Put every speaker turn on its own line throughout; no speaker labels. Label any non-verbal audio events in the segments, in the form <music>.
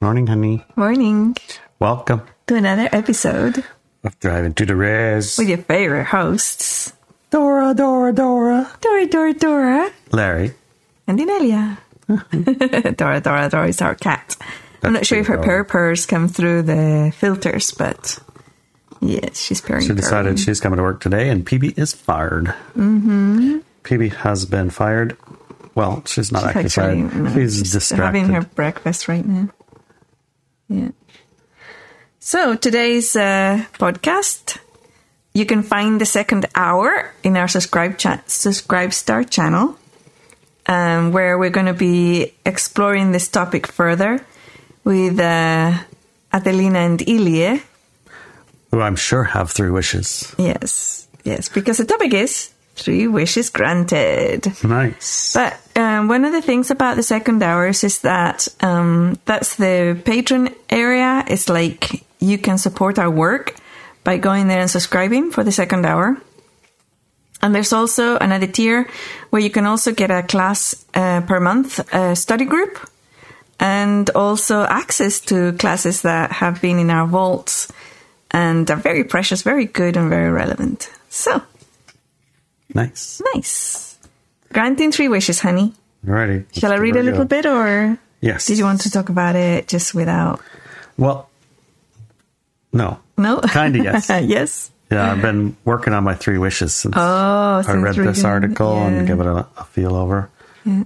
Morning, honey.
Morning
Welcome
to another episode
of Driving to the Res.
with your favorite hosts,
Dora, Dora, Dora.
Dora, Dora, Dora,
Larry.
and Inelia. <laughs> Dora, Dora, Dora is our cat. I'm not
That's
sure if her
pretty
purr
darling.
purrs come through the filters, but yeah, she's purring.
She decided
purring.
she's coming to work today, and PB is fired. Mm-hmm. PB has been fired. Well, she's not actually, fired.
no,
she's, distracted.
having her breakfast right now. Yeah. So today's uh, podcast, you can find the second hour in our subscribe cha- subscribe star channel, um, where we're going to be exploring this topic further with uh, Adelina and Ilie.
who I'm sure have three wishes.
Yes, yes, because the topic is three wishes granted.
Nice.
But um, one of the things about the second hours is that um, that's the patron area. It's like you can support our work by going there and subscribing for the second hour. And there's also another tier where you can also get a class uh, per month uh, study group and also access to classes that have been in our vaults and are very precious, very good, and very relevant. So
Nice.
nice. Granting three wishes, honey.
Alrighty.
Shall I read a little bit, or
Yes.
did you want to talk about it just without?
Well, no.
No,
Kinda, yes.
<laughs> yes.
Yeah, I've been working on my three wishes since
Oh,
I
since
read
we're
this
doing-
article
yeah.
and give it a, a feel over. Yeah.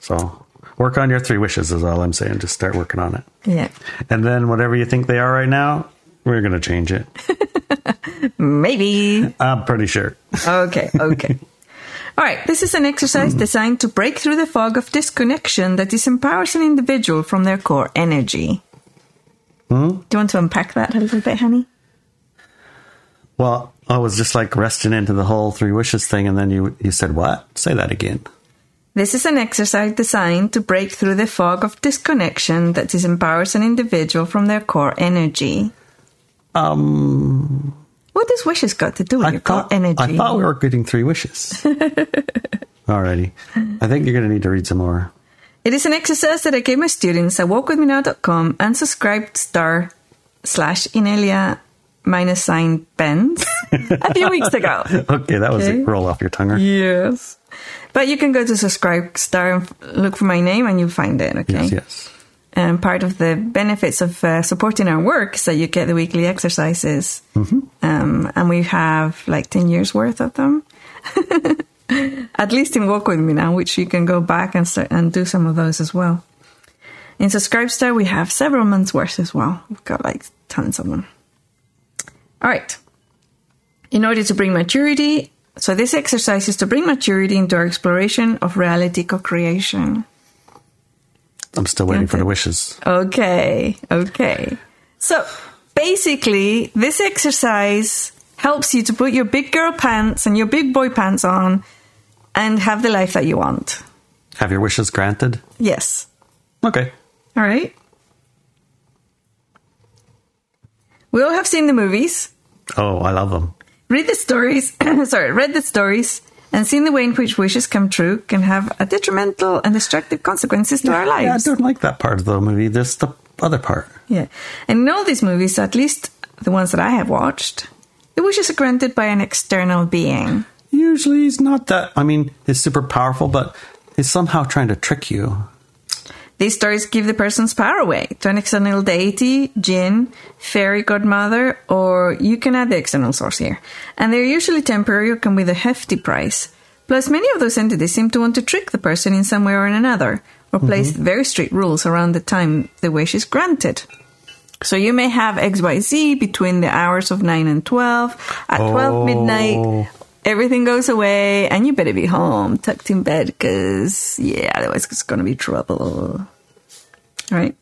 So work on your three wishes is all I'm saying. Just start working on it.
Yeah,
And then whatever you think they are right now, we're going to change it.
maybe.
I'm pretty sure.
Okay, okay. <laughs> All right, this is an exercise designed to break through the fog of disconnection that disempowers an individual from their core energy.
Hmm?
Do you want to unpack that a little bit, honey?
Well, I was just like resting into the whole three wishes thing. And then you, you said, what? Say that again.
This is an exercise designed to break through the fog of disconnection that disempowers an individual from their core energy.
Um,
What does wishes got to do with
I
your core
thought,
energy?
I thought we were getting three
<laughs>
wishes. Alrighty. I think you're going to need to read some more. <laughs>
It is an exercise that I gave my students at walkwithmenow.com and subscribed star slash Inelia minus sign bends a few
<laughs>
weeks ago.
Okay. That was
Okay.
a roll off your tongue.
Yes. But you can go to subscribe star and f- look for my name and you'll find it, okay?
Yes. Yes.
And um, part of the benefits of uh, supporting our work is that you get the weekly exercises. Um, and we have like 10 years worth of them. <laughs> At least in Walk With Me Now, which you can go back and, start, and do some of those as well. In Subscribestar, we have several months worth as well. We've got like tons of them. All right. In order to bring maturity, so this exercise is to bring maturity into our exploration of reality co creation.
I'm still waiting for
Okay.
the wishes.
Okay, okay. So basically, this exercise helps you to put your big girl pants and your big boy pants on and have the life that you want.
Have your wishes granted?
Yes.
Okay.
All right. We all have seen the movies,
Oh, I love them.
read the stories, <coughs> sorry, read the stories, and seen the way in which wishes come true can have a detrimental and destructive consequences to our
Yeah, I
lives.
don't like that part of the movie. There's the other part.
Yeah. And in all these movies, at least the ones that I have watched, the wishes are granted by an external being.
Usually he's not that. I mean, he's super powerful, but he's somehow trying to trick you.
These stories give the person's power away to an external deity, jinn, fairy godmother, or you can add the external source here. And they're usually temporary or come with a hefty price. Plus, many of those entities seem to want to trick the person in some way or in another, or place very strict rules around the time the wish is granted. So you may have XYZ between the hours of 9 and 12. At 12 midnight,
Oh.
everything goes away, and you better be home, tucked in bed, because, yeah, otherwise it's going to be trouble. Right?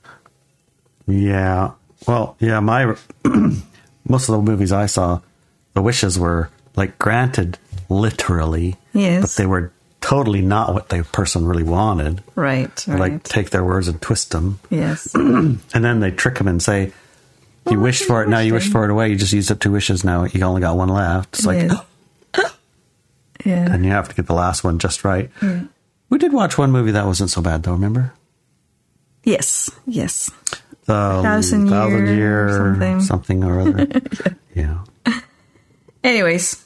Yeah. Well, yeah, my. <clears throat> most of the movies I saw, the wishes were like granted literally.
Yes.
But they were totally not what the person really wanted.
Right.
They,
Right.
Like take their words and twist them. <clears throat>
yes.
And then they trick him and say, You
Well,
wished
that's
for it, now you wish
interesting.
for it away. You just used up two wishes now. You only got one left. It's like, <gasps>
Yes. yeah.
and you have to get the last one just right. We did watch one movie that wasn't so bad, though. Remember?
Yes, yes.
The
Thousand year something.
something or
<laughs>
other. yeah.
Anyways,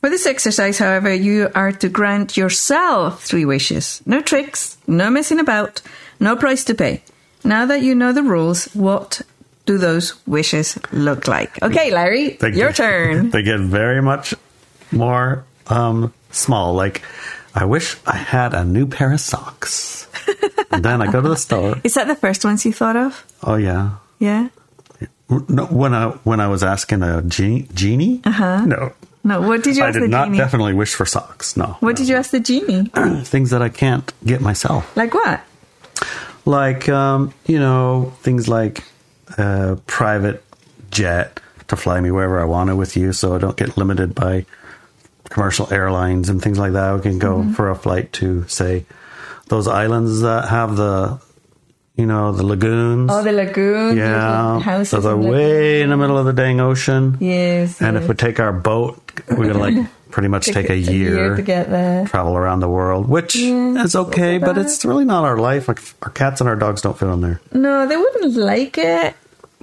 for this exercise, however, you are to grant yourself three wishes. No tricks, no messing about, no price to pay. Now that you know the rules, what do those wishes look like? Okay, Larry,
They
your
get- <laughs>
turn.
They get very much more um, small. Like, I wish I had a new pair of
<laughs>
socks. and then I go to the store.
Is that the first ones you thought of?
Oh yeah.
Yeah.
No, when I when I was asking a ge- genie, uh-huh. no,
No. What did you
I
ask the
did not
genie?
definitely wish for socks. No,
what did you ask the genie?
<clears throat> things that I can't get myself.
Like what?
like um, you know things like uh, private jet to fly me wherever I want to with you, so I don't get limited by commercial airlines and things like that. We can
Mm-hmm.
go for a flight to say those islands that have the you know the lagoons.
Oh, the lagoon.
yeah,
Houses.
so they're
and
way in the middle of the dang ocean.
Yes.
And if we take our boat, we're gonna like pretty much take a
to get there.
travel around the world, which
Yeah,
is okay,
not
but
bad.
it's really not our life. Like our cats and our dogs don't fit on there.
No, they wouldn't like it.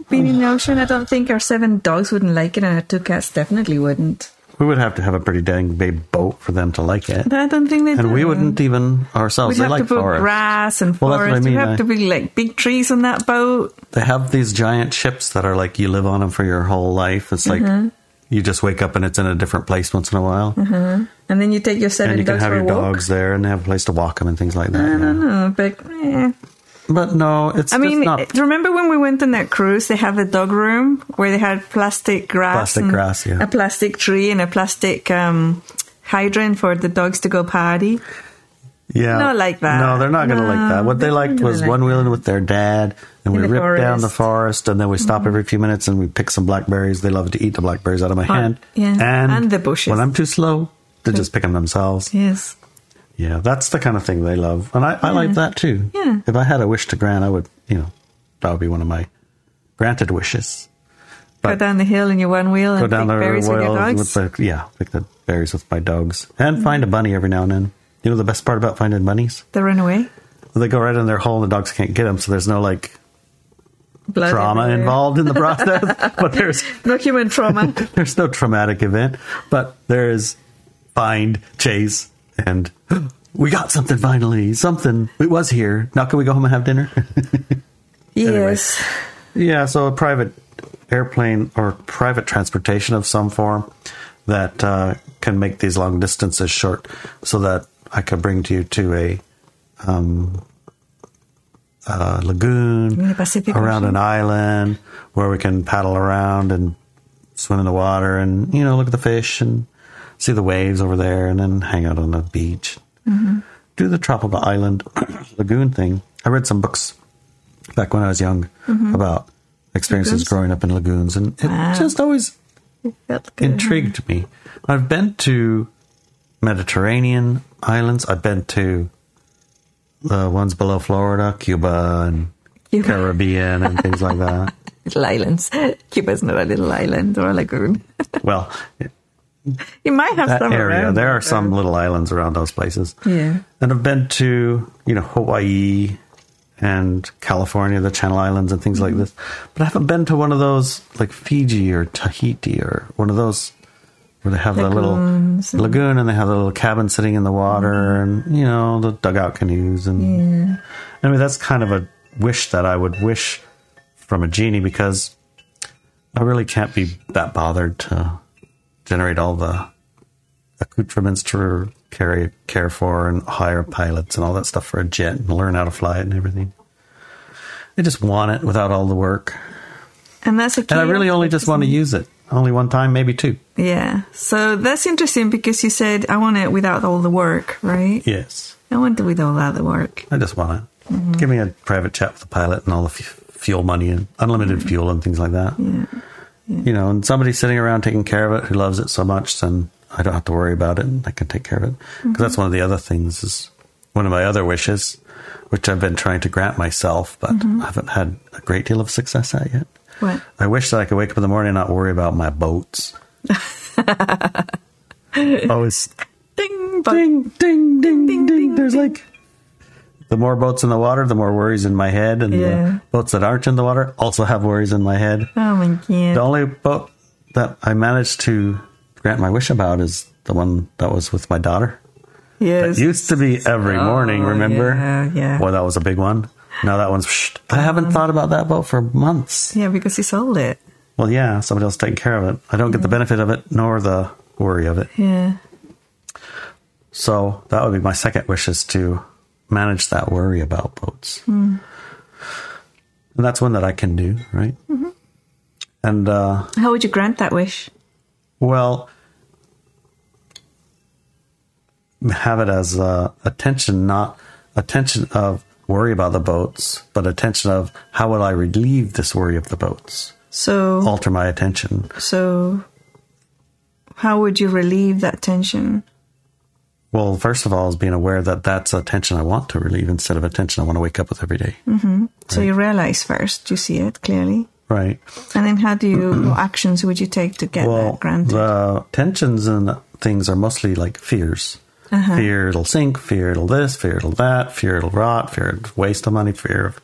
Being in the
Oh.
ocean, I don't think our seven dogs wouldn't like it, and our two cats definitely wouldn't.
We would have to have a pretty dang big boat for them to like it,
But I don't think they.
and we wouldn't even
We'd
ourselves. they
have
like
to put
forest.
grass and
Well, that's what I
forest.
mean,
We'd have
I-
to be like big trees on that boat.
They have these giant ships that are like you live on them for your whole life. It's like
Mm-hmm.
you just wake up and it's in a different place once in a while,
And then you take your seven
and you can
dogs
have
for
your
a walk.
dogs there, and they have a place to walk them and things like that.
I
yeah.
don't know, but eh.
But no, it's
I
just
mean, eh,
not
remember when we went on that cruise? They have a dog room where they had plastic grass,
Plastic
and
grass, yeah.
a plastic tree, and a plastic um, hydrant for the dogs to go potty.
Yeah.
Not like that.
No, they're not going to like
No,
that. What they
they're not
liked
gonna
was
like
one wheeling with their dad, and
In
we
the
ripped down the
forest. Mm-hmm.
forest, and then we stop every few minutes and we pick some blackberries. They love to eat the blackberries out of my hand.
Oh, yeah.
And,
And the bushes.
When I'm too slow, they just pick them themselves.
Yes.
Yeah, that's the kind of thing they love. And I, I like that too.
Yeah.
If I had a wish to grant, I would, you know, that would be one of my granted wishes.
Go
But-
down the hill in your one wheel
Go
and
down
pick
the
berries with your
royal
dogs. Mm.
with the, yeah, pick the berries with my dogs. And find a bunny every now and then. You know the best part about finding bunnies?
They run away.
they go right in their hole and the dogs can't get them so there's no like
Blood
trauma
everywhere.
involved in the process but there's
No
<laughs>
human trauma.
there's no traumatic event but there is find chase and <gasps> we got something finally something it was here now can we go home and have dinner
yes.
yeah so a private airplane or private transportation of some form that uh, can make these long distances short so that i could bring to you to a um, uh, lagoon
In the Pacific
around
Ocean.
an island where we can paddle around and swim in the water and you know look at the fish and see the waves over there and then hang out on the beach do the tropical island <coughs> lagoon thing i read some books back when i was young about experiences
Mm-hmm. Lagoons?
growing up in lagoons and it
Wow. Mm-hmm.
just always
Felt good.
intrigued me i've been to mediterranean islands i've been to the ones below florida cuba
<laughs>
and
Cuba.
caribbean and things like that
Little islands. Cuba's not a little island or a lagoon. <laughs>
well,
You might have
that
some
area,
around
there are
but-
some little islands around those places.
Yeah.
And I've been to, you know, Hawaii and California, the Channel Islands and things
Mm-hmm.
like this. But I haven't been to one of those like Fiji or Tahiti or one of those where they have
Lagoons
the little lagoon and they have the little cabin sitting in the water and, you know, the dugout canoes. And anyway, that's kind of a wish that I would wish from a genie because I really can't be that bothered to generate all the accoutrements to carry care for and hire pilots and all that stuff for a jet and learn how to fly it and everything. I just want it without all the work.
And that's a key.
And I really only just want to use it. Only one time, maybe two.
Yeah. So that's interesting because you said I want it without all the work, right?
Yes.
I want it without all the work.
I just want it. Give me a private chat with the pilot and all the f- fuel money and unlimited fuel and things like that.
Yeah.
You know, and somebody sitting around taking care of it who loves it so much, then I don't have to worry about it and I can take care of it. Because
Mm-hmm.
that's one of the other things is one of my other wishes, which I've been trying to grant myself, but
Mm-hmm.
I haven't had a great deal of success at yet.
What?
I wish that I could wake up in the morning and not worry about my
<laughs>
boats. Always
Ding, but
ding, ding, ding, ding,
ding,
There's like the more boats in the water, the more worries in my head, and
Yeah.
the boats that aren't in the water also have worries in my head.
Oh my
The
god.
only boat that I managed to grant my wish about is the one that was with my daughter.
Yes.
Used to be every
Oh,
morning, remember?
yeah, yeah. Um,
Well, that was a big one. Now that one's. Psh, I haven't thought about that boat for months.
yeah, because he sold it.
Well, yeah, somebody else taking care of it. I don't get the benefit of it nor the worry of it.
Yeah.
So that would be my second wish is to manage that worry about boats. And that's one that I can do, right? And, uh,
How would you grant that wish?
well, have it as uh, attention, not attention of worry about the boats, but attention of how will I relieve this worry of the boats?
So
Alter my attention.
so how would you relieve that tension?
Well, first of all, is being aware that that's a tension I want to relieve instead of a tension I want to wake up with every day.
So you realize first, you see it clearly.
Right.
And then how do you what actions would you take to get
Well,
that granted?
the tensions and things are mostly like fears.
Uh-huh.
Fear it'll sink, fear it'll this, fear it'll that, fear it'll rot, fear it'll waste of money, fear of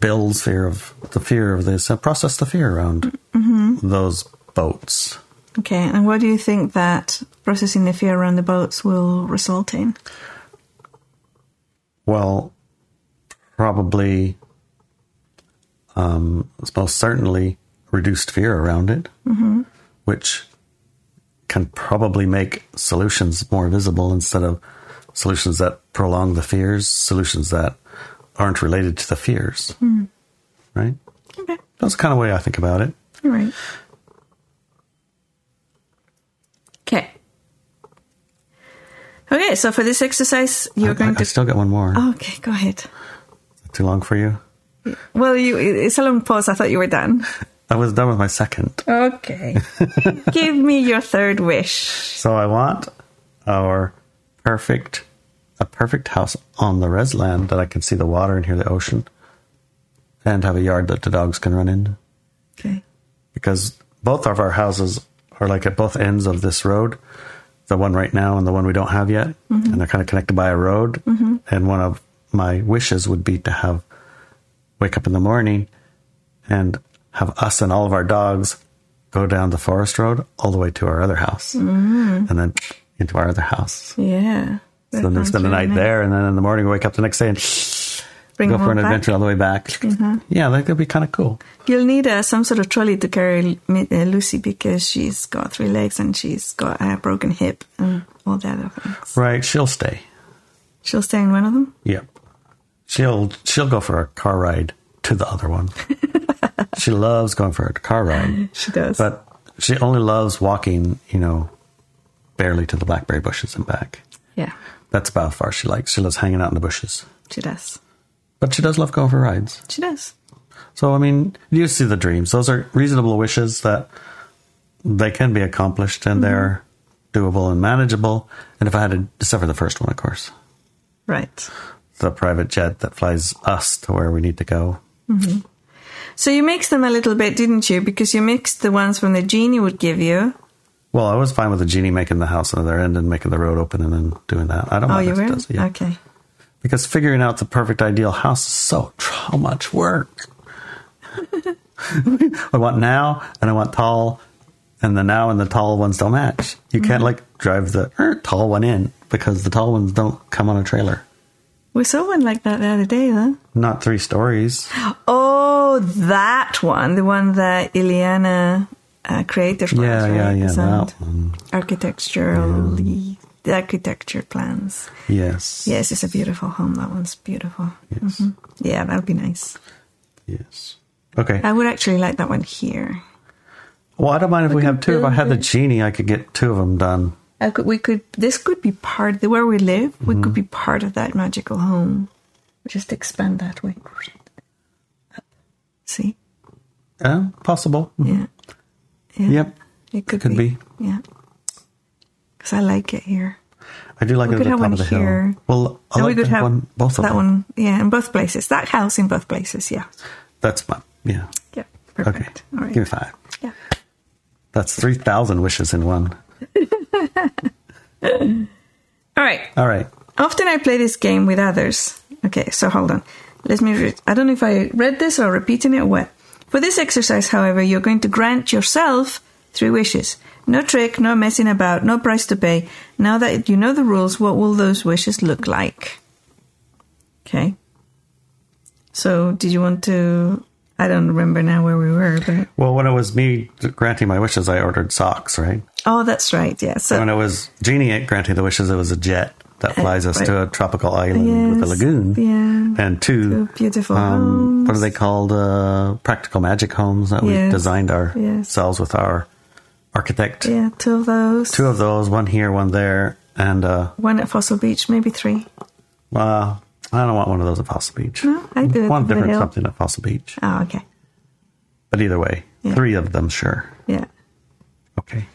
bills, fear of the fear of this. And process the fear around
Mm-hmm.
those boats.
Okay, and what do you think that processing the fear around the boats will result in?
Well, probably, um, it's most certainly reduced fear around it, which can probably make solutions more visible instead of solutions that prolong the fears, solutions that aren't related to the fears. Right?
Okay,
That's the kind of way I think about it.
all right. Okay. Okay, so for this exercise, you're
I,
going
I
to.
still got one more.
okay, go ahead.
Too long for you?
Well, you, it's a long pause. I thought you were done.
I was done with my second. <laughs>
Okay. Give me your third wish.
So I want our perfect, a perfect house on the res land that I can see the water and hear the ocean, and have a yard that the dogs can run in.
Okay.
Because both of our houses are like at both ends of this road, the one right now and the one we don't have yet,
Mm-hmm.
and they're kind of connected by a road. And one of my wishes would be to have wake up in the morning and have us and all of our dogs go down the forest road all the way to our other house
Mm-hmm.
and then into our other house.
Yeah.
So then they spend the night there, and then in the morning we wake up the next day and
Bring
go for
home
an
back. Mm-hmm.
adventure all the way back. Yeah, that could be kind of cool.
You'll need uh, some sort of trolley to carry Lu- uh, Lucy because she's got three legs and she's got a broken hip and all the other things.
Right? She'll stay.
She'll stay in one of them.
Yep. She'll she'll go for a car ride to the other one. she loves going for a car ride,
She does.
but she only loves walking. You know, barely to the blackberry bushes and back.
yeah,
That's about how far she likes. She loves hanging out in the bushes,
she does.
but she does love going for rides.
She does.
So I mean, you see the dreams; those are reasonable wishes that they can be accomplished and they're doable and manageable. And if I had to, except for the first one, of course,
Right.
the private jet that flies us to where we need to go.
So you mixed them a little bit, didn't you? Because you mixed the ones from the genie would give you.
Well, I was fine with the genie making the house on the other end and making the road open and then doing that. I don't
Oh,
mind
you
if it
were?
does it, yeah.
Okay.
because figuring out the perfect ideal house is so so much
<laughs>
work. I want now, and I want tall, and the now and the tall ones don't match. You
Mm-hmm.
can't like drive the er, tall one in because the tall ones don't come on a trailer.
We saw one like that the other day, though.
Not three
<gasps>
stories.
Oh, that one. The one that Ileana uh, created for us,
Yeah,
right?
yeah, yeah,
Designed.
that one.
Architectural, the architecture plans.
Yes.
Yes, it's a beautiful home. That one's beautiful.
Yes.
mm-hmm. Yeah, that would be nice.
Yes. Okay.
I would actually like that one here.
Well, I don't mind if we
can
have two. If I
build
had the genie, I could get two of them done.
I could, we could. This could be part where we live. We could
Mm-hmm.
be part of that magical home. Just expand that way. See?
Yeah, Uh, possible.
Yeah. yeah.
Yep.
It could,
could
be. Yeah. Because I like it here.
I do like
We
it at
could
the
have
top
one
of the hill.
here.
Well, I
and
like
we could
to
have
one, both of
that
them.
one. Yeah, in both places. That house in both places. Yeah.
That's my yeah.
Yeah.
Okay.
Perfect. All right.
Give me five.
Yeah.
That's 3,000 wishes in one.
All right.
All right.
Often I play this game with others, Okay, so hold on. Let me read. I don't know if I read this or repeating it or what. For this exercise, however, you're going to grant yourself three wishes. No trick, no messing about, no price to pay. Now that you know the rules, what will those wishes look like? Okay. So, did you want to? I don't remember now where we were, but
Well, when it was me granting my wishes, I ordered socks, right?
oh, that's right. Yeah. So
When it was Jeannie granting the wishes, it was a jet that flies us to a tropical island with a
Eh, Yes,
lagoon.
yeah.
And two,
Two beautiful
um, what are
homes.
they called? Uh, practical magic homes that we
Yes,
designed
yes.
ourselves with our architect.
yeah, two of those.
Two of those, one here, one there. And uh,
One at Fossil Beach, maybe three.
uh, I don't want one of those at Fossil Beach.
No, I do.
One
Over the
different
hill.
something at Fossil Beach.
Oh, okay.
But either way,
Yeah.
three of them, sure.
Yeah.
Okay.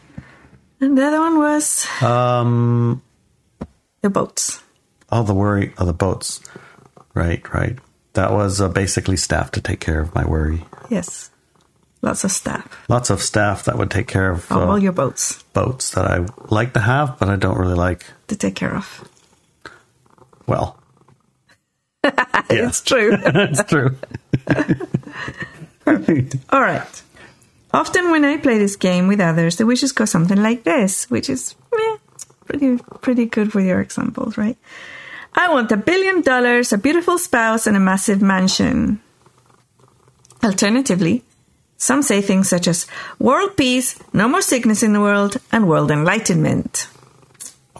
And the other one was
Um,
the boats.
all the worry of the boats. Right, right. That was uh, basically staff to take care of my worry.
Yes. Lots of staff.
Lots of staff that would take care of
Oh,
uh,
all your boats
boats that I like to have, but I don't really like.
to take care of.
Well, yeah,
<laughs> It's true.
<laughs> it's
<laughs>
true. <laughs>
all right. Often when I play this game with others, the wishes go something like this, which is meh, pretty pretty good with your examples, right? I want a billion dollars, a beautiful spouse, and a massive mansion. Alternatively, some say things such as world peace, no more sickness in the world, and world enlightenment.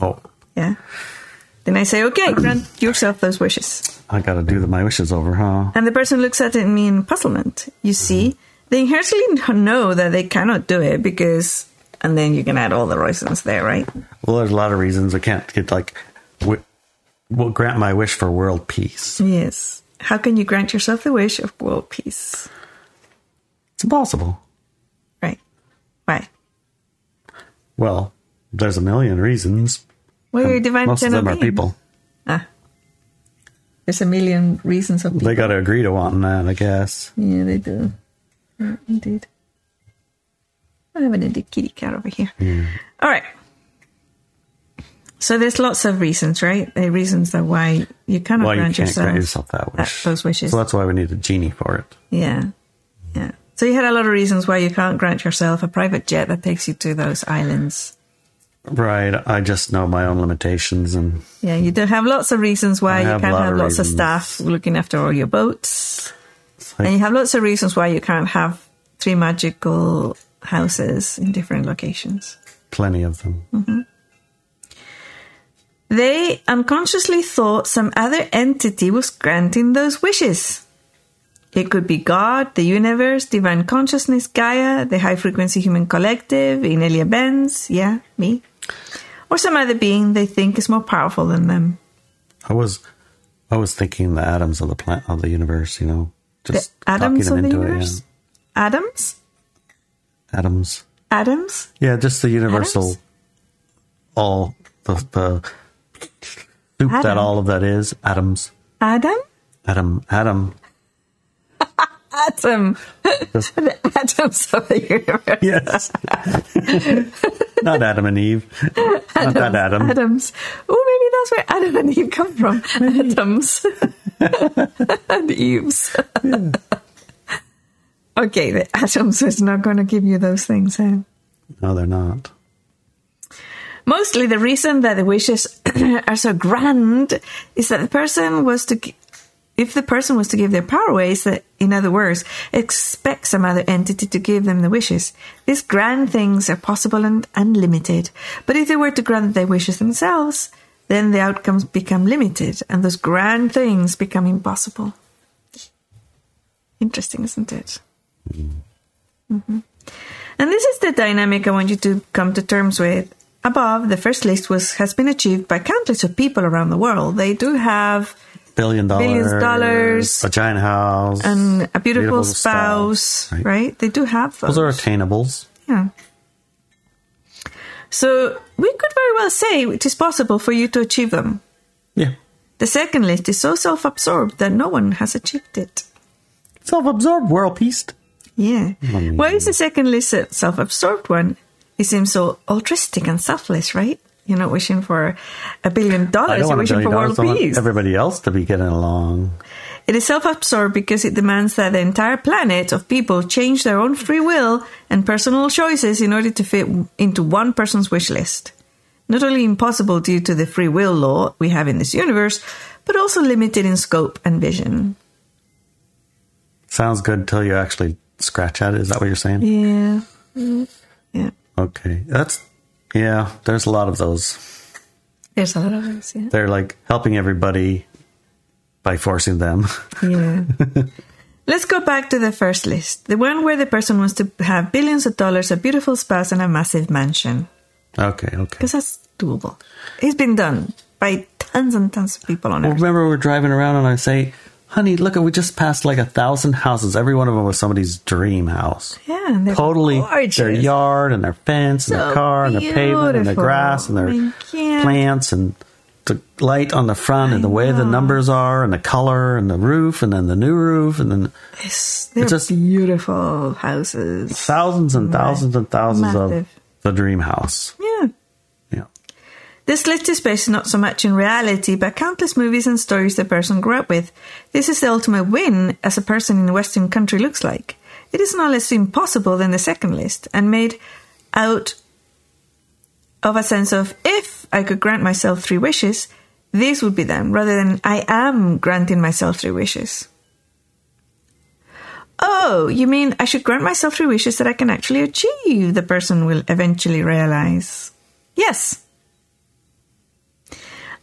Oh,
Yeah. Then I say, okay, grant yourself those wishes.
I got to do the, my wishes over, huh?
And the person looks at me in puzzlement. You see,
Mm-hmm.
they inherently know that they cannot do it because, and then you can add all the reasons there, right?
Well, there's a lot of reasons I can't get like. W- will grant my wish for world peace.
Yes. How can you grant yourself the wish of world peace?
It's impossible.
Right. Why?
Well, there's a million reasons.
Well, you're a divine
Most of
channel
them are
being.
people.
There's a million reasons of people.
They got to agree to wanting that, I guess.
yeah, they do. Yeah, indeed. I have an indie kitty cat over here. All right. So there's lots of reasons, right? There are reasons that why you cannot
Why you
grant
can't
yourself,
grant yourself that
that-
wish.
those wishes.
So that's why we need a genie for it.
Yeah. Yeah. So you had a lot of reasons why you can't grant yourself a private jet that takes you to those islands.
Right. I just know my own limitations and
Yeah, you do have lots of reasons why
I
you
have
can't
a lot
have
of
lots of
reasons.
staff looking after all your boats.
it's
And
like,
you have lots of reasons why you can't have three magical houses in different locations.
plenty of them.
They unconsciously thought some other entity was granting those wishes. It could be God, the universe, divine consciousness, Gaia, the high frequency human collective, Inelia Benz, yeah, me, or some other being they think is more powerful than them.
I was I was thinking the atoms of the plant of the universe, you know.
The
Just talking
atoms
them
of the
into
universe?
it.
Atoms?
Yeah. Atoms.
Atoms?
Yeah, just the universal
Atoms?
all the the soup that
Atom.
all of that is. Atoms.
Adam?
Atom Atom.
Atom! <laughs>
Just
The atoms of the universe.
yes.
<laughs>
Not Adam and Eve. Not that Adam.
Adams. Oh, maybe that's where Adam and Eve come from. Adams and Eves. <laughs> okay, the Adams is not going to give you those things. eh? Huh?
No, they're not.
Mostly, the reason that the wishes <clears throat> are so grand is that the person was to, gi- if the person was to give their power away, is that in other words, expect some other entity to give them the wishes. These grand things are possible and unlimited, but if they were to grant their wishes themselves, then the outcomes become limited, and those grand things become impossible. Interesting, isn't it? And this is the dynamic I want you to come to terms with. Above, the first list was has been achieved by countless of people around the world. They do have
Billion dollars.
Billions dollars.
A giant house.
an, a beautiful,
Beautiful
spouse,
spouse,
right.
right.
They do have those.
Those are attainables.
yeah. So we could very well say it is possible for you to achieve them.
Yeah.
The second list is so self-absorbed that no one has achieved it.
Self absorbed, world peace.
Yeah.
Mm.
uh, Why is the second list a self absorbed one? It seems so altruistic and selfless, right? You're not wishing for a billion
I
dollars.
don't
Oh, You're
want a
wishing
billion
for
dollars.
world
I want
peace.
everybody else to be getting along.
It is self-absorbed because it demands that the entire planet of people change their own free will and personal choices in order to fit into one person's wish list. Not only impossible due to the free will law we have in this universe, but also limited in scope and vision.
Sounds good until you actually scratch at it. Is that what you're saying?
Yeah. Mm-hmm. Yeah.
Okay. That's, yeah, there's a lot of those.
There's a lot of those, yeah.
They're like helping everybody by forcing them. <laughs>
Yeah. <laughs> Let's go back to the first list, the one where the person wants to have billions of dollars, a beautiful spouse, and a massive mansion.
okay, okay.
Because that's doable. It's been done by tons and tons of people on
Well,
earth.
remember, we we're driving around and I say, honey, look, we just passed like a thousand houses. Every one of them was somebody's dream house.
Yeah, and they're
Totally
gorgeous.
their yard and their fence and
So
their car and their pavement and their
beautiful.
grass and their
I can't-
plants and the light on the front and the way the
know.
numbers are and the color and the roof and then the new roof and then
Yes, they're
just-
beautiful houses.
thousands and thousands and thousands of
Massive.
the dream house.
Yeah.
Yeah.
This list is based not so much in reality, but countless movies and stories the person grew up with. This is the ultimate win as a person in a Western country looks like. It is no less impossible than the second list, and made out of a sense of if I could grant myself three wishes, these would be them, rather than I am granting myself three wishes. Oh, you mean I should grant myself three wishes that I can actually achieve, the person will eventually realize. Yes,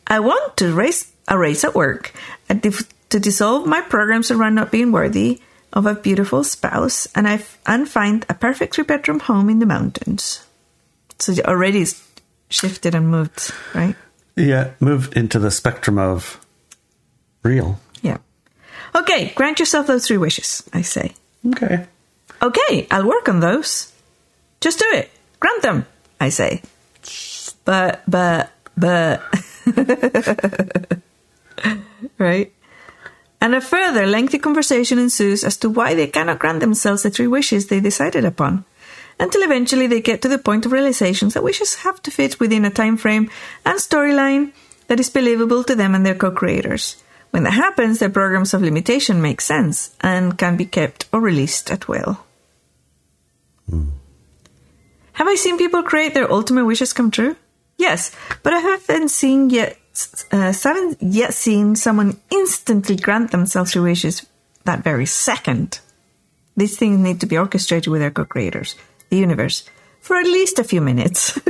I want to raise a raise at work, I dif- to dissolve my programs around not being worthy of a beautiful spouse, and I f- and find a perfect three bedroom home in the mountains. So it already s- shifted and moved, right?
Yeah. uh, Moved into the spectrum of real.
Yeah. Okay, grant yourself those three wishes. I say.
Okay.
Okay, I'll work on those. Just do it. Grant them. I say. But but but. <laughs> right? And a further lengthy conversation ensues as to why they cannot grant themselves the three wishes they decided upon, until eventually they get to the point of realizations that wishes have to fit within a time frame and storyline that is believable to them and their co-creators. When that happens, their programs of limitation make sense and can be kept or released at will. Have I seen people create their ultimate wishes come true? Yes, but I haven't seen yet, uh, haven't yet seen someone instantly grant themselves their wishes that very second. These things need to be orchestrated with their co-creators, the universe, for at least a few minutes. <laughs>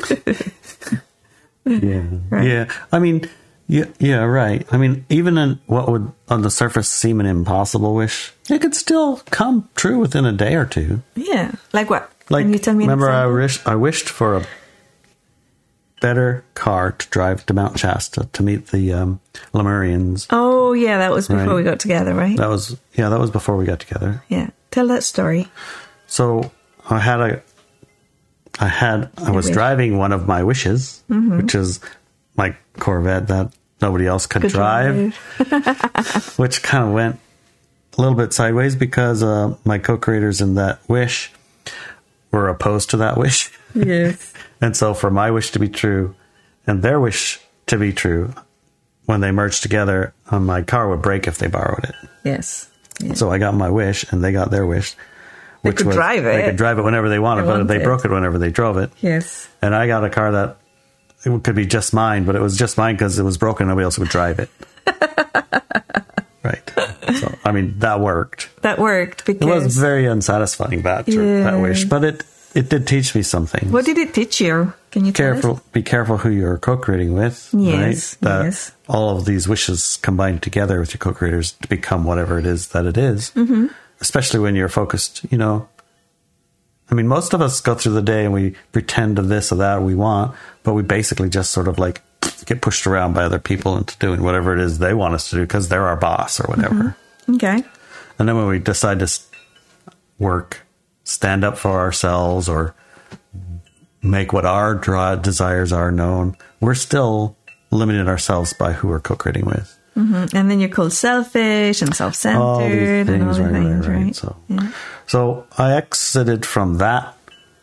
Yeah.
Right.
Yeah. I mean, yeah, yeah, right. I mean, even in what would on the surface seem an impossible wish, it could still come true within a day or two.
yeah, like what?
Like,
Can you tell me? an
remember, uh, I,
example?
wish, I wished for a better car to drive to Mount Shasta to meet the um, Lemurians.
Oh yeah, that was before
Right.
we got together, right?
That was, yeah, that was before we got together.
Yeah, tell that story.
So I had a, I had I was
wish.
driving one of my wishes, which is my Corvette that nobody else could,
Good
drive, which kind of went a little bit sideways because uh, my co-creators in that wish were opposed to that wish, <laughs>
Yes.
and so for my wish to be true and their wish to be true, when they merged together, uh, my car would break if they borrowed it.
yes. Yeah.
So I got my wish, and they got their wish. Which
could drive
They
it.
could drive it whenever they wanted,
They
but they
wanted.
broke it whenever they drove it.
Yes.
And I got a car that it could be just mine, but it was just mine because it was broken. Nobody else would drive
<laughs>
it. right. So I mean, that worked.
That worked
It
because
was very unsatisfying that that wish, but it it did teach me something.
What did it teach you? Can you tell us?
Careful, be careful who you're co-creating with.
Yes,
right? That
yes.
all of these wishes combined together with your co-creators to become whatever it is that it is. Mm-hmm. Especially when you're focused, you know. I mean, most of us go through the day and we pretend to this or that we want, but we basically just sort of like get pushed around by other people into doing whatever it is they want us to do because they're our boss or whatever.
Okay.
And then when we decide to s- work, stand up for ourselves, or make what our draw desires are known, we're still limiting ourselves by who we're co-creating with.
Mm, And then you're called selfish and self
All these
centered and all
things,
the
right,
things,
right, right.
right?
So,
Yeah.
so I exited from that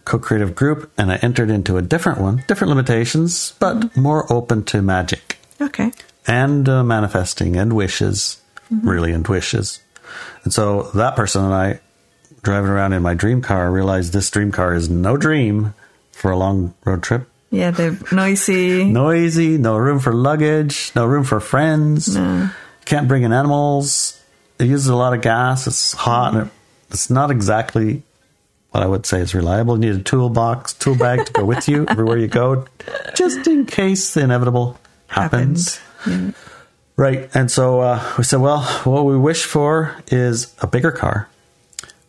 co-creative group and I entered into a different one, different limitations, but more open to magic
Okay.
and uh, manifesting and wishes, really and wishes. And so that person and I driving around in my dream car realized this dream car is no dream for a long road trip.
Yeah, the noisy.
Noisy, no room for luggage, no room for friends. Can't bring in animals. It uses a lot of gas. It's hot. And it, it's not exactly what I would say is reliable. You need a toolbox, tool bag to go with
<laughs>
you everywhere you go, just in case the inevitable happens.
Happens. Yeah.
Right. And so uh, we said, well, what we wish for is a bigger car,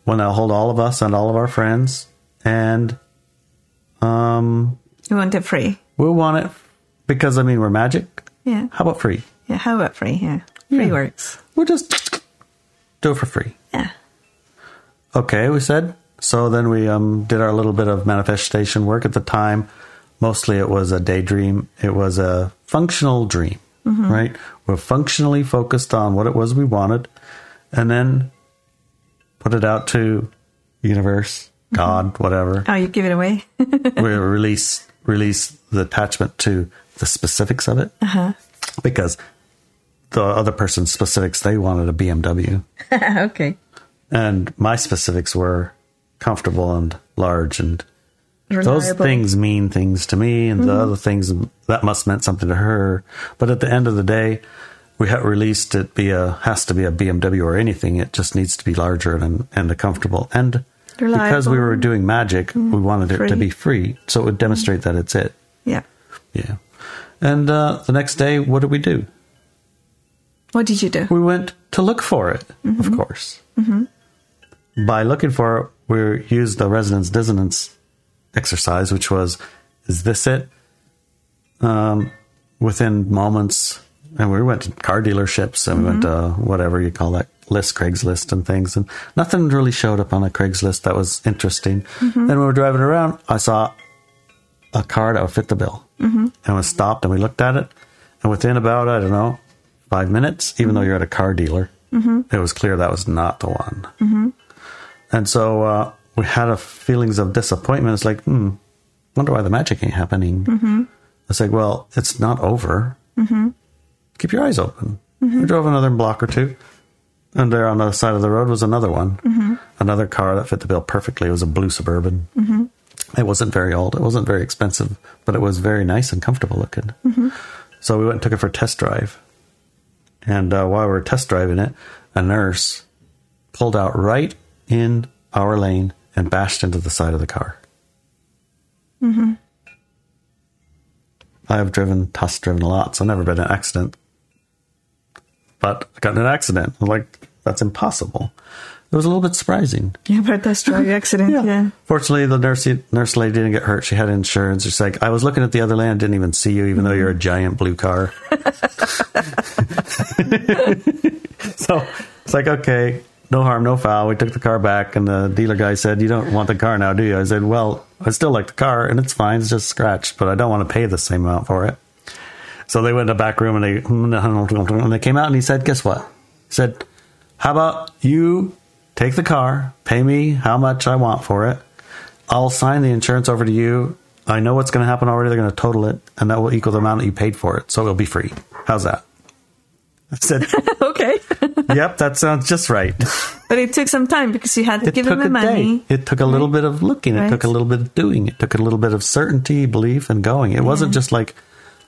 one that'll hold all of us and all of our friends. And
You want it free.
we'll want it because, I mean, we're magic.
Yeah.
How about free?
Yeah. How about free? Yeah. Free
Yeah.
works.
We'll just do it for free.
Yeah.
Okay, we said. So then we um, did our little bit of manifestation work at the time. Mostly it was a daydream, it was a functional dream, right? We're functionally focused on what it was we wanted and then put it out to universe, God,
<laughs>
whatever.
Oh, you give it away?
we release release the attachment to the specifics of it because the other person's specifics they wanted a BMW
okay.
and my specifics were comfortable and large and
Reliable.
those things mean things to me and the
Mm-hmm.
other things that must meant something to her but at the end of the day we have released it be a has to be a bmw or anything it just needs to be larger and and comfortable and because we
Reliable. Mm-hmm.
were doing magic we wanted it to
Free. Mm-hmm.
be free so it would demonstrate that it's it
Yeah.
yeah and uh, the next day what did we do
What did you do?
we went to look for it, of course. By looking for it, we used the resonance dissonance exercise, which was, is this it? Um, within moments, and we went to car dealerships and we went to whatever you call that list, Craigslist and things, and nothing really showed up on a Craigslist that was interesting. Then we were driving around, I saw a car that would fit the bill. Mm-hmm. And we stopped and we looked at it. And within about, I don't know, five minutes, even though you're at a car dealer, it was clear that was not the one. Mm-hmm. And so uh, we had a feelings of disappointment. It's like, hmm, wonder why the magic ain't happening. Mm-hmm. It's like, well, it's not over. Mm-hmm. Keep your eyes open. We drove another block or two. And there on the other side of the road was another one, another car that fit the bill perfectly. It was a blue Suburban. It wasn't very old. It wasn't very expensive, but it was very nice and comfortable looking. So we went and took it for a test drive. And uh, while we were test driving it, a nurse pulled out right in our lane and bashed into the side of the car. Mm-hmm. I've driven, test driven a lot, so I've never been in an accident. But I got in an accident. I'm like, that's impossible. It was a little bit surprising.
yeah, about that
<laughs>
driving accident. Yeah.
Fortunately, the nurse nurse lady didn't get hurt. She had insurance. She's like, I was looking at the other lane. I didn't even see you, even though you're a giant blue car. <laughs> so it's like, okay, no harm, no foul. We took the car back, and the dealer guy said, "You don't want the car now, do you?" I said, "Well, I still like the car, and it's fine. It's just scratched, but I don't want to pay the same amount for it." So they went in the back room and they and they came out and he said, "Guess what?" He said, "How about you take the car, pay me how much I want for it. I'll sign the insurance over to you. I know what's going to happen already. They're going to total it, and that will equal the amount that you paid for it, so it'll be free. How's that?" I
<laughs>
said,
<laughs> Okay.
"Yep, that sounds just right."
but it took some time because you had to
It
give
took
him the
a
money.
day. It took a little bit of looking. It
Right.
took a little bit of doing. It took a little bit of certainty, belief, and going. It wasn't just like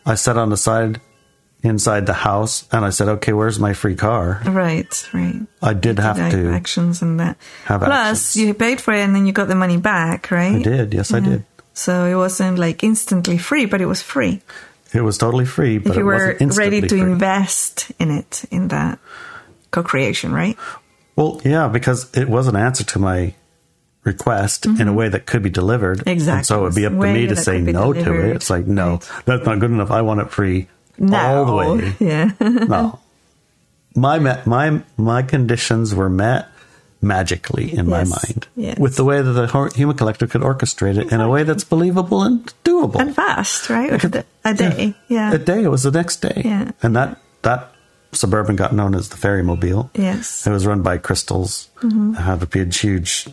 I sat on the side inside the house and I said, "Okay, where's my free car?"
Right, right.
I did have
Like
to.
actions and that.
have
Plus,
actions.
you paid for it and then you got the money back, right?
I did. Yes, I did.
So it wasn't like instantly free, but it was free.
It was totally free, but
if you
it
were
wasn't instantly
ready to
free.
invest in it, in that co creation, right?
Well, yeah, because it was an answer to my request in a way that could be delivered.
Mm-hmm. Exactly.
And so it would be up to
Way
me to
that
say
could be
no to
delivered.
it. It's like, no,
Right.
that's not good enough. I want it free all the
Now.
way.
<laughs> Yeah.
no. My met, my my conditions were met magically in my
Yes,
mind
yes.
with the way that the Hor- human collective could orchestrate it in a way that's believable and doable.
and fast, right? With a- a day. Yeah.
A day. It was the next day.
Yeah.
And that that suburban got known as the Ferrymobile.
Yes. Mm-hmm.
It was run by Crystals. It had a big, huge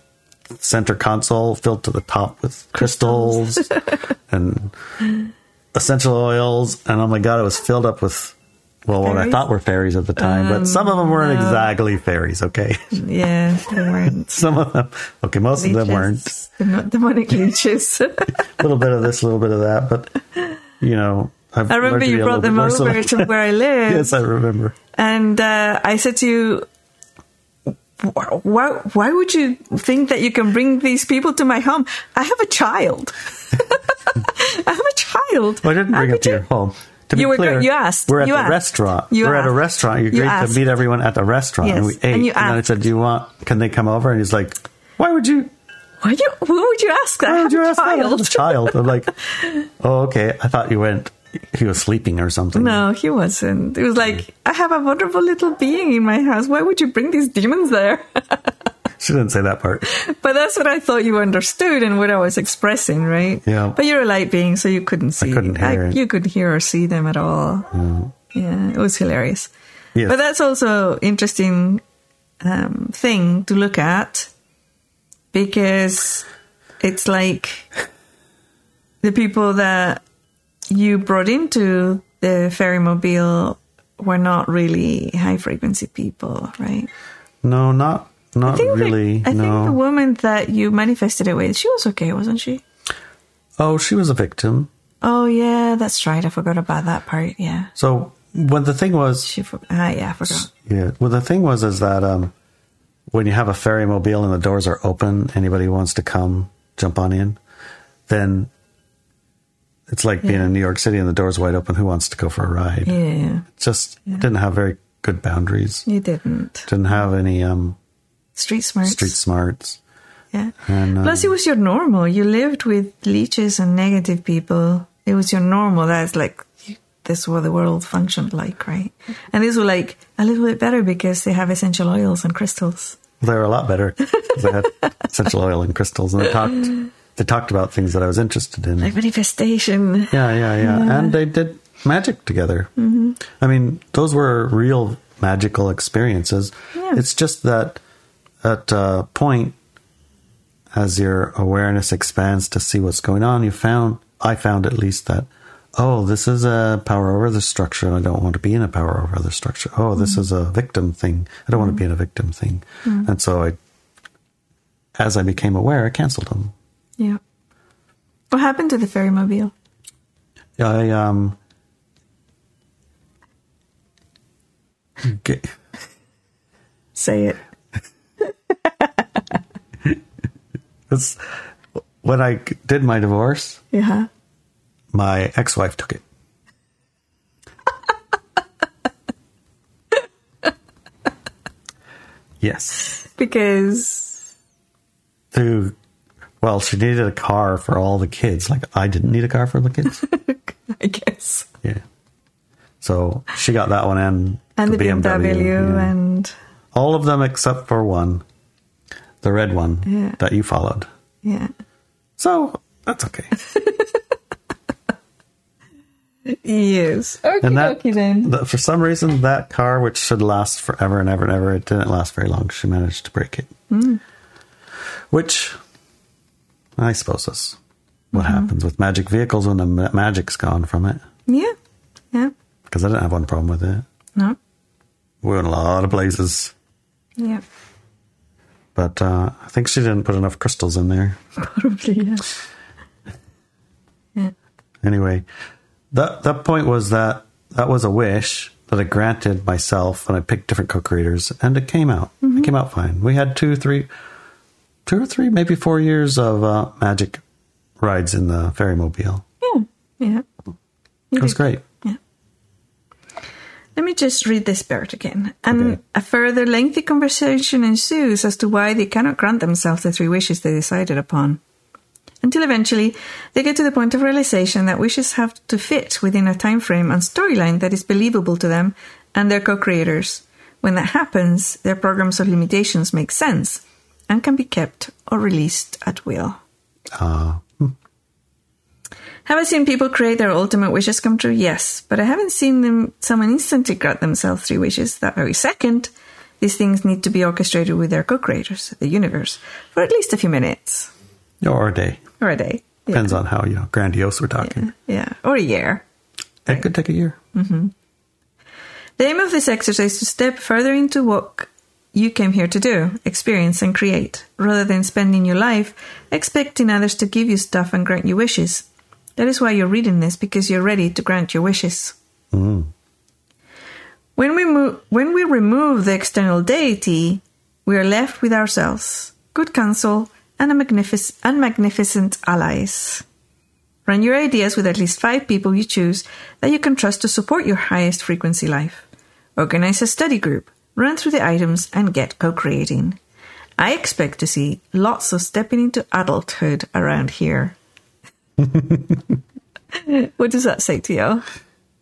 center console filled to the top with crystals
<laughs>
and essential oils. And oh my God, it was filled up with, well, what I
Fairies? Um,
thought were fairies at the time, but some of them weren't exactly fairies, okay? <laughs>
Yeah, they weren't.
some of them, okay, most of them weren't.
leeches. They're not demonic leeches.
A little bit of this, a little bit of that, but, you know, I've
<laughs> I remember
learned to be
you
a little
brought
bit
them
more
over
selective.
to where I live.
<laughs> Yes, I remember.
And uh, I said to you, "Wh- why, why would you think that you can bring these people to my home? I have a child. <laughs> I have a child.
Well, I didn't
How
bring it
could
to
you-
your home. To be
You were gr-
clear,
you asked.
We're at
You
the
asked.
restaurant.
You
we're at a
asked.
restaurant. You
You
agreed to
asked.
meet everyone at the restaurant, and we
Yes,
ate.
and you
then I
asked.
said, "Do you want? Can they come over?" And he's like, "Why would you?
Why you, who would you ask? I
Why
have
would you
a
ask that? I have a
child.
child?" I'm like, "Oh, okay. I thought you went. He was sleeping or something."
No, he wasn't. It was
Hmm.
like, I have a wonderful little being in my house. Why would you bring these demons there? <laughs>
she didn't say that part.
but that's what I thought you understood and what I was expressing, right?
Yeah.
But you're a light being, so you couldn't see.
couldn't hear it. Hmm.
You couldn't hear or see them at all. Yeah, it was hilarious.
Yes.
But that's also interesting um, thing to look at because it's like the people that you brought into the ferrymobile were not really high frequency people, right?
no, not not
think the-
really.
I
no.
think the woman that you manifested it with, she was okay, wasn't she?
oh, she was a victim.
Oh yeah, that's right. I forgot about that part. Yeah,
So when the thing was,
she. For- ah, yeah, I forgot.
Yeah. Well, the thing was is that um, when you have a ferry mobile and the doors are open, anybody who wants to come jump on in, then it's like being in New York City and the doors wide open. Who wants to go for a ride?
Yeah,
Just didn't have very good boundaries.
you didn't.
Didn't have any um,
Street smarts.
street smarts.
Yeah.
And, um,
Plus, it was your normal. You lived with leeches and negative people. It was your normal. That's like this is what the world functioned like, right? And these were like a little bit better because they have essential oils and crystals.
They were a lot better. 'cause They had essential oil and crystals, and they talked. They talked about things that I was interested in.
Like manifestation. <laughs>
Yeah, yeah, yeah. And they did magic together. Mm-hmm. I mean, those were real magical experiences.
Yeah.
It's just that at a point, as your awareness expands to see what's going on, you found, I found at least that, oh, this is a power over the structure and I don't want to be in a power over the structure. Oh, this is a victim thing. I don't want to be in a victim thing. And so I, as I became aware, I canceled them.
Yeah. What happened to the ferrymobile?
I um. Ga-
Say it.
That's when I did my divorce.
Yeah.
My ex-wife took it. yes,
Because <laughs>
to well, she needed a car for all the kids. Like I didn't need a car for the
<laughs>
kids.
I guess.
yeah, so she got that one and
And the, BMW,
yeah.
and
All of them except for one, the red one
Yeah.
that you followed.
yeah.
So that's okay.
Yes. Okay,
And that,
dokie then.
that- for some reason, that car, which should last forever and ever and ever, it didn't last very long. She managed to break it,
Hmm.
which I suppose is what
Mm-hmm.
happens with magic vehicles when the ma- magic's gone from it.
Yeah. Yeah.
Because I didn't have one problem with it.
No.
We went a lot of places,
Yeah.
but uh, I think she didn't put enough crystals in there.
Probably, yeah. Yeah.
anyway, that that point was that that was a wish that I granted myself, and I picked different co-creators, and it came out.
Mm-hmm.
It came out fine. We had two, three, two or three, maybe four years of uh, magic rides in the ferrymobile.
Yeah. Yeah.
It was great.
Let me just read this part again. And
Okay.
a further lengthy conversation ensues as to why they cannot grant themselves the three wishes they decided upon. Until eventually, they get to the point of realization that wishes have to fit within a time frame and storyline that is believable to them and their co creators. When that happens, their programs of limitations make sense and can be kept or released at will.
Uh,
Have I seen people create their ultimate wishes come true? Yes, but I haven't seen them someone instantly grant themselves three wishes that very second, These things need to be orchestrated with their co creators, the universe, for at least a few minutes
Or a day.
or a day. Yeah.
Depends on how you know, grandiose we're talking.
yeah, or a year.
It could take a year.
The aim of this exercise is to step further into what you came here to do, experience and create, rather than spending your life expecting others to give you stuff and grant you wishes. That is why you're reading this, because you're ready to grant your wishes.
Mm.
When, we mo- when we remove the external deity, we are left with ourselves, good counsel, and, a magnific- and magnificent allies. Run your ideas with at least five people you choose that you can trust to support your highest frequency life. Organize a study group, run through the items, and get co creating. I expect to see lots of stepping into adulthood around here. <laughs> what does that say to you?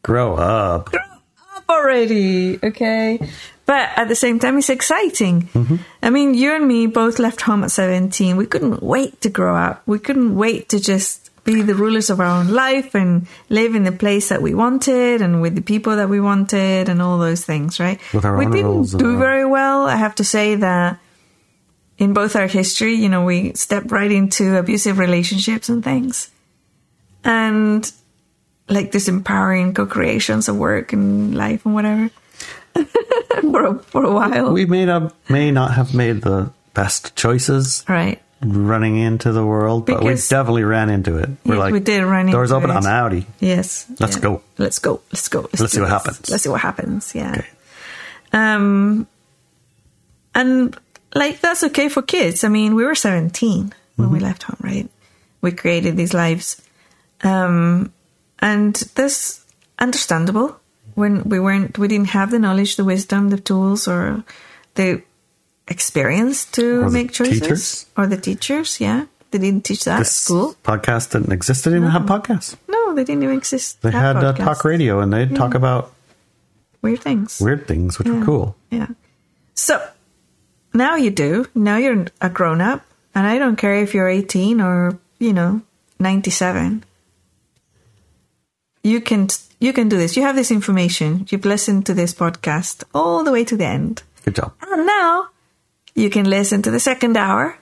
Grow up.
Up already, okay? But at the same time, it's exciting.
Mm-hmm.
I mean, you and me both left home at 17. We couldn't wait to grow up. We couldn't wait to just be the rulers of our own life and live in the place that we wanted and with the people that we wanted and all those things, right?
With our
we
own
didn't
rules and
do
our-
very well. I have to say that in both our history, you know, we stepped right into abusive relationships and things. And like disempowering co-creations of work and life and whatever <laughs> for a, for a while.
We may not may not have made the best choices
right.
running into the world, but we
Because-
definitely ran into it. We're
Yes,
like
we did run
doors
into
open,
it."
I'm outie.
Yes.
Let's
Yeah.
go.
Let's go. Let's go.
Let's
do
see what
this.
happens.
Let's see what happens. Yeah.
Okay.
Um, and like that's okay for kids. I mean, we were 17 when
Mm-hmm.
we left home, right? We created these lives. Um, and that's understandable when we weren't, we didn't have the knowledge, the wisdom, the tools, or the experience to
Or the
make choices.
teachers.
Or the teachers, yeah. They didn't teach that at
This
school.
podcast didn't exist. They didn't have podcasts.
No, they didn't even exist.
They had uh,
podcasts. Mm.
talk radio, and they'd talk about
Weird things.
weird things, which
Mm.
were cool.
Yeah. So now you do. Now you're a grown up. And I don't care if you're 18 or, you know, 97. You can you can do this. You have this information. You've listened to this podcast all the way to the end.
Good job.
And now you can listen to the second hour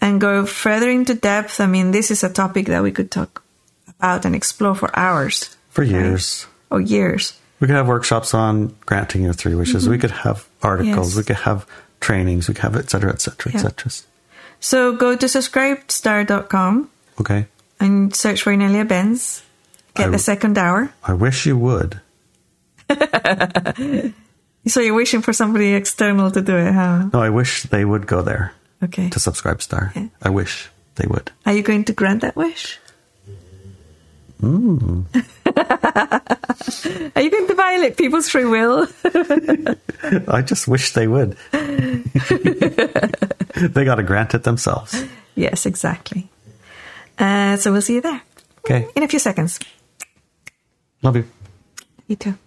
and go further into depth. I mean, this is a topic that we could talk about and explore for hours
For years,
or years.
we could have workshops on granting your three wishes. We could have articles.
Mm-hmm. Yes.
We could have trainings. We could have et cetera, et cetera, et
Yeah.
cetera.
So go to subscribestar.com
Okay.
and search for Inelia Benz. Get
I-
the second hour.
I wish you would.
So you're wishing for somebody external to do it, huh?
No, I wish they would go there
Okay.
to subscribe star.
Okay.
I wish they would. <laughs>
Are you going to grant that wish? <laughs> Are you going to violate people's free will? <laughs>
I just wish they would. <laughs> they got to grant it themselves.
yes, exactly. Uh, so we'll see you there
Okay.
in a few seconds.
Love you.
You too.